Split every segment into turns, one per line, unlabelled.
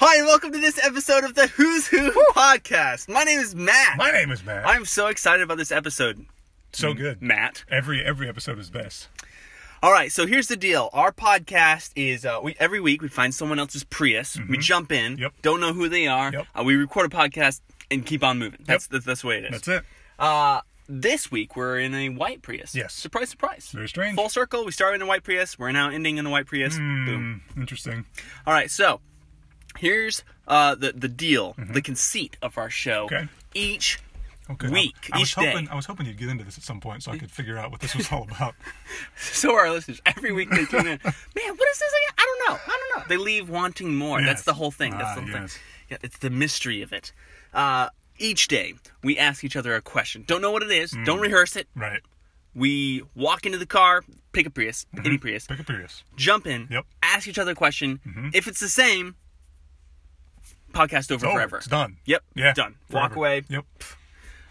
welcome to this episode of the Who's Who podcast. My name is Matt.
My name is Matt.
I'm so excited about this episode,
so good.
Matt.
Every every episode is best.
All right, so here's the deal. Our podcast is uh, we every week we find someone else's Prius, we jump in,
Mm-hmm. Yep.
don't know who they are,
Yep.
uh, we record a podcast and keep on moving. That's that's, that's the way it is.
That's it.
Uh, this week we're in a white Prius.
Yes.
Surprise, surprise.
Very strange.
Full circle. We started in a white Prius. We're now ending in a white Prius. Boom.
Hmm, interesting.
All right. So here's uh, the the deal, the conceit of our show.
Mm-hmm. Okay.
Each
Okay.
Week,
I, I
each
was
day.
hoping I was hoping you'd get into this at some point so I could figure out what this was all about.
so our listeners every week they tune in. Man, what is this? Again? I don't know. I don't know. They leave wanting more. That's
Yes.
the whole thing. That's
Ah,
the whole
yes.
thing. Yeah, it's the mystery of it. Uh, each day we ask each other a question. Don't know what it is.
Mm.
Don't rehearse it.
right.
We walk into the car, pick a Prius, any Prius,
Pick a Prius.
jump in,
Mm-hmm. Yep.
ask each other a question. If it's the same, podcast over
Oh,
forever.
it's done.
Yep.
Yeah.
Done. Walk
forever.
away.
Yep.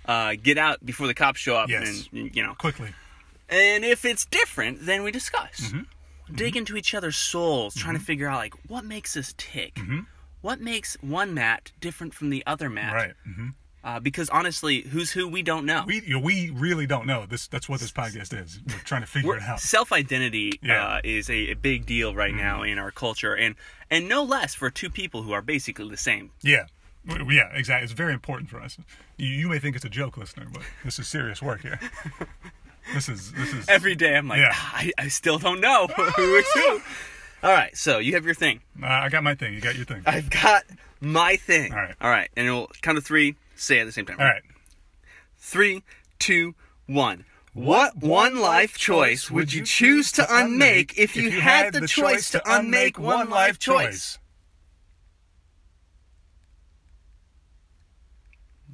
Uh, get out before the cops show up.
Yes.
And you know.
Quickly.
And if it's different, then we discuss.
Mm-hmm.
Dig into each other's souls, trying to figure out like what makes us tick.
Mm-hmm.
What makes one Matt different from the other Matt?
Right. hmm
Uh, because honestly, who's who we don't know.
We you know, we really don't know. This that's what this podcast is. We're trying to figure it out.
self identity
Yeah. Mm-hmm.
uh, is a, a big deal right now in our culture, and and no less for two people who are basically the same.
Yeah. W- Yeah, exactly. It's very important for us. You, you may think it's a joke, listener, but this is serious work here. This is this is
Every day, I'm like,
Yeah.
"Ah, I, I still don't know who is who. All right, so you have your thing.
Uh, I got my thing. You got your thing.
I've got my thing.
All right.
all right, and it'll count to three. Say it at the same time.
All right.
Three, two, one. What one life choice would you choose to unmake if you had the choice to unmake one life choice?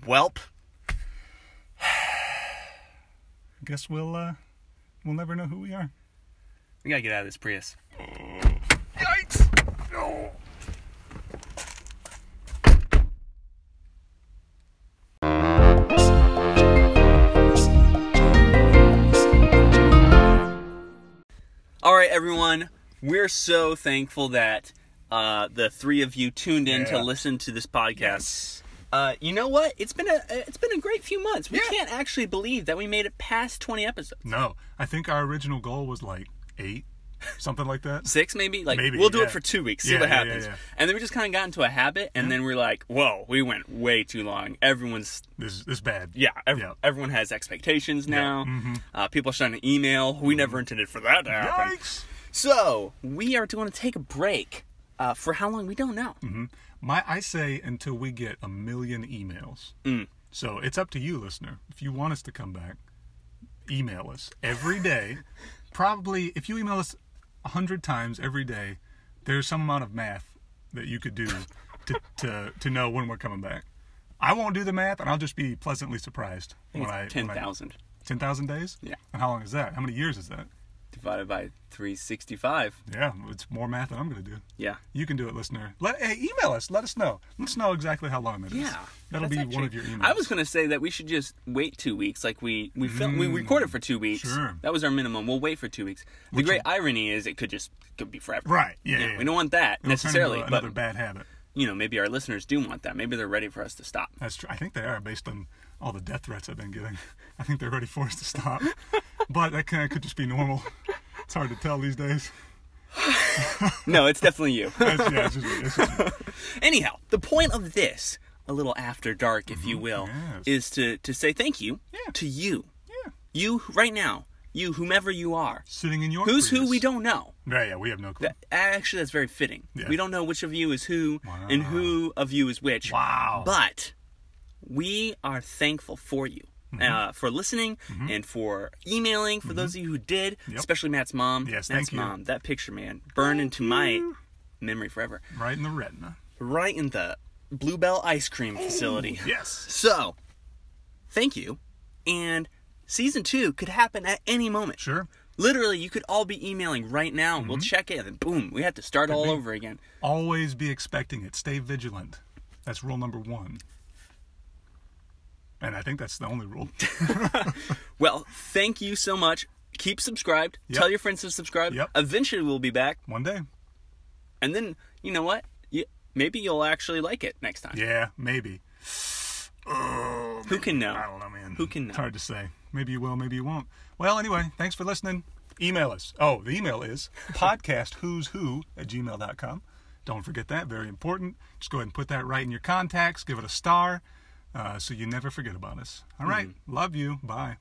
Welp.
Guess we'll uh, we'll never know who we are.
We gotta get out of this Prius.
Yikes! No.
All right, everyone. We're so thankful that uh, the three of you tuned in to
Yeah.
listen to this podcast. Uh, you know what? It's been a it's been a great few months. We
Yeah.
can't actually believe that we made it past twenty episodes.
No, I think our original goal was like eight, something like that.
six maybe like
Maybe,
we'll do
yeah.
it for two weeks see
Yeah,
what
yeah, yeah,
happens
yeah.
and then we just kind of got into a habit and then we're like whoa we went way too long everyone's
This this bad.
yeah, ev-
Yeah.
everyone has expectations now
mhm.
uh, people are sending email we never intended for that to happen
Mm-hmm. Yikes!
so we are going to take a break uh, for how long we don't know
Mm-hmm. My, I say until we get a million emails. So it's up to you, listener. If you want us to come back, email us every day. Probably, if you email us a hundred times every day, there's some amount of math that you could do to, to to know when we're coming back. I won't do the math, and I'll just be pleasantly surprised when I
it's 10,000
Ten thousand days.
Yeah.
And how long is that? How many years is that?
divided by 365
Yeah, it's more math than I'm gonna do.
yeah
You can do it, listener. Let hey, email us. Let us know. Let us know exactly how long that is.
yeah
that'll
that's
be
actually-
one of your emails.
I was gonna say that we should just wait two weeks, like we we film, we recorded for two weeks.
Mm. sure.
That was our minimum. We'll wait for two weeks. The great irony is it could just could be forever.
right. Yeah,
Yeah,
yeah,
we don't want that
It'll turn into
necessarily, but
another bad habit.
you know maybe our listeners do want that. Maybe they're ready for us to stop.
That's true. I think they are based on all the death threats I've been getting. I think they're ready for us to stop. but that kind of could just be normal. It's hard to tell these days.
No, it's definitely you.
That's, yeah, it's just, it's just-
Anyhow, the point of this, a little after dark, if you will,
Mm-hmm. yes.
is to to say thank you
Yeah.
to you,
yeah.
you who- right now, you whomever you are,
Sitting in your
who's who
Prius.
we don't know.
Yeah, yeah, we have no clue.
That, actually, that's very fitting.
Yeah.
We don't know which of you is who and
Wow.
who of you is which.
wow.
But we are thankful for you.
Mm-hmm.
Uh, for listening and for emailing, for those of you who did,
Yep.
especially Matt's mom. Matt's
Yes, thank you.
mom, that picture, man, burned into my memory forever.
right in the retina.
Right in the Bluebell ice cream facility.
Yes.
So, thank you. And season two could happen at any moment.
Sure.
Literally, you could all be emailing right now. We'll
Mm-hmm.
check it, and then boom, we have to start all over again.
Always be expecting it. Stay vigilant. That's rule number one. And I think that's the only rule.
Well, thank you so much. Keep subscribed.
Yep.
Tell your friends to subscribe.
Yep.
Eventually, we'll be back.
One day.
And then, you know what? You, Maybe you'll actually like it next time.
Yeah, maybe. Oh,
Who can know?
I don't know, man.
Who can know?
It's hard to say. Maybe you will, maybe you won't. Well, anyway, thanks for listening. Email us. Oh, the email is podcastwho'swho at gmail.com. Don't forget that. Very important. Just go ahead and put that right in
Mm-hmm.
your contacts. Give it a star uh, so you never forget about us. All right. Love you. Bye.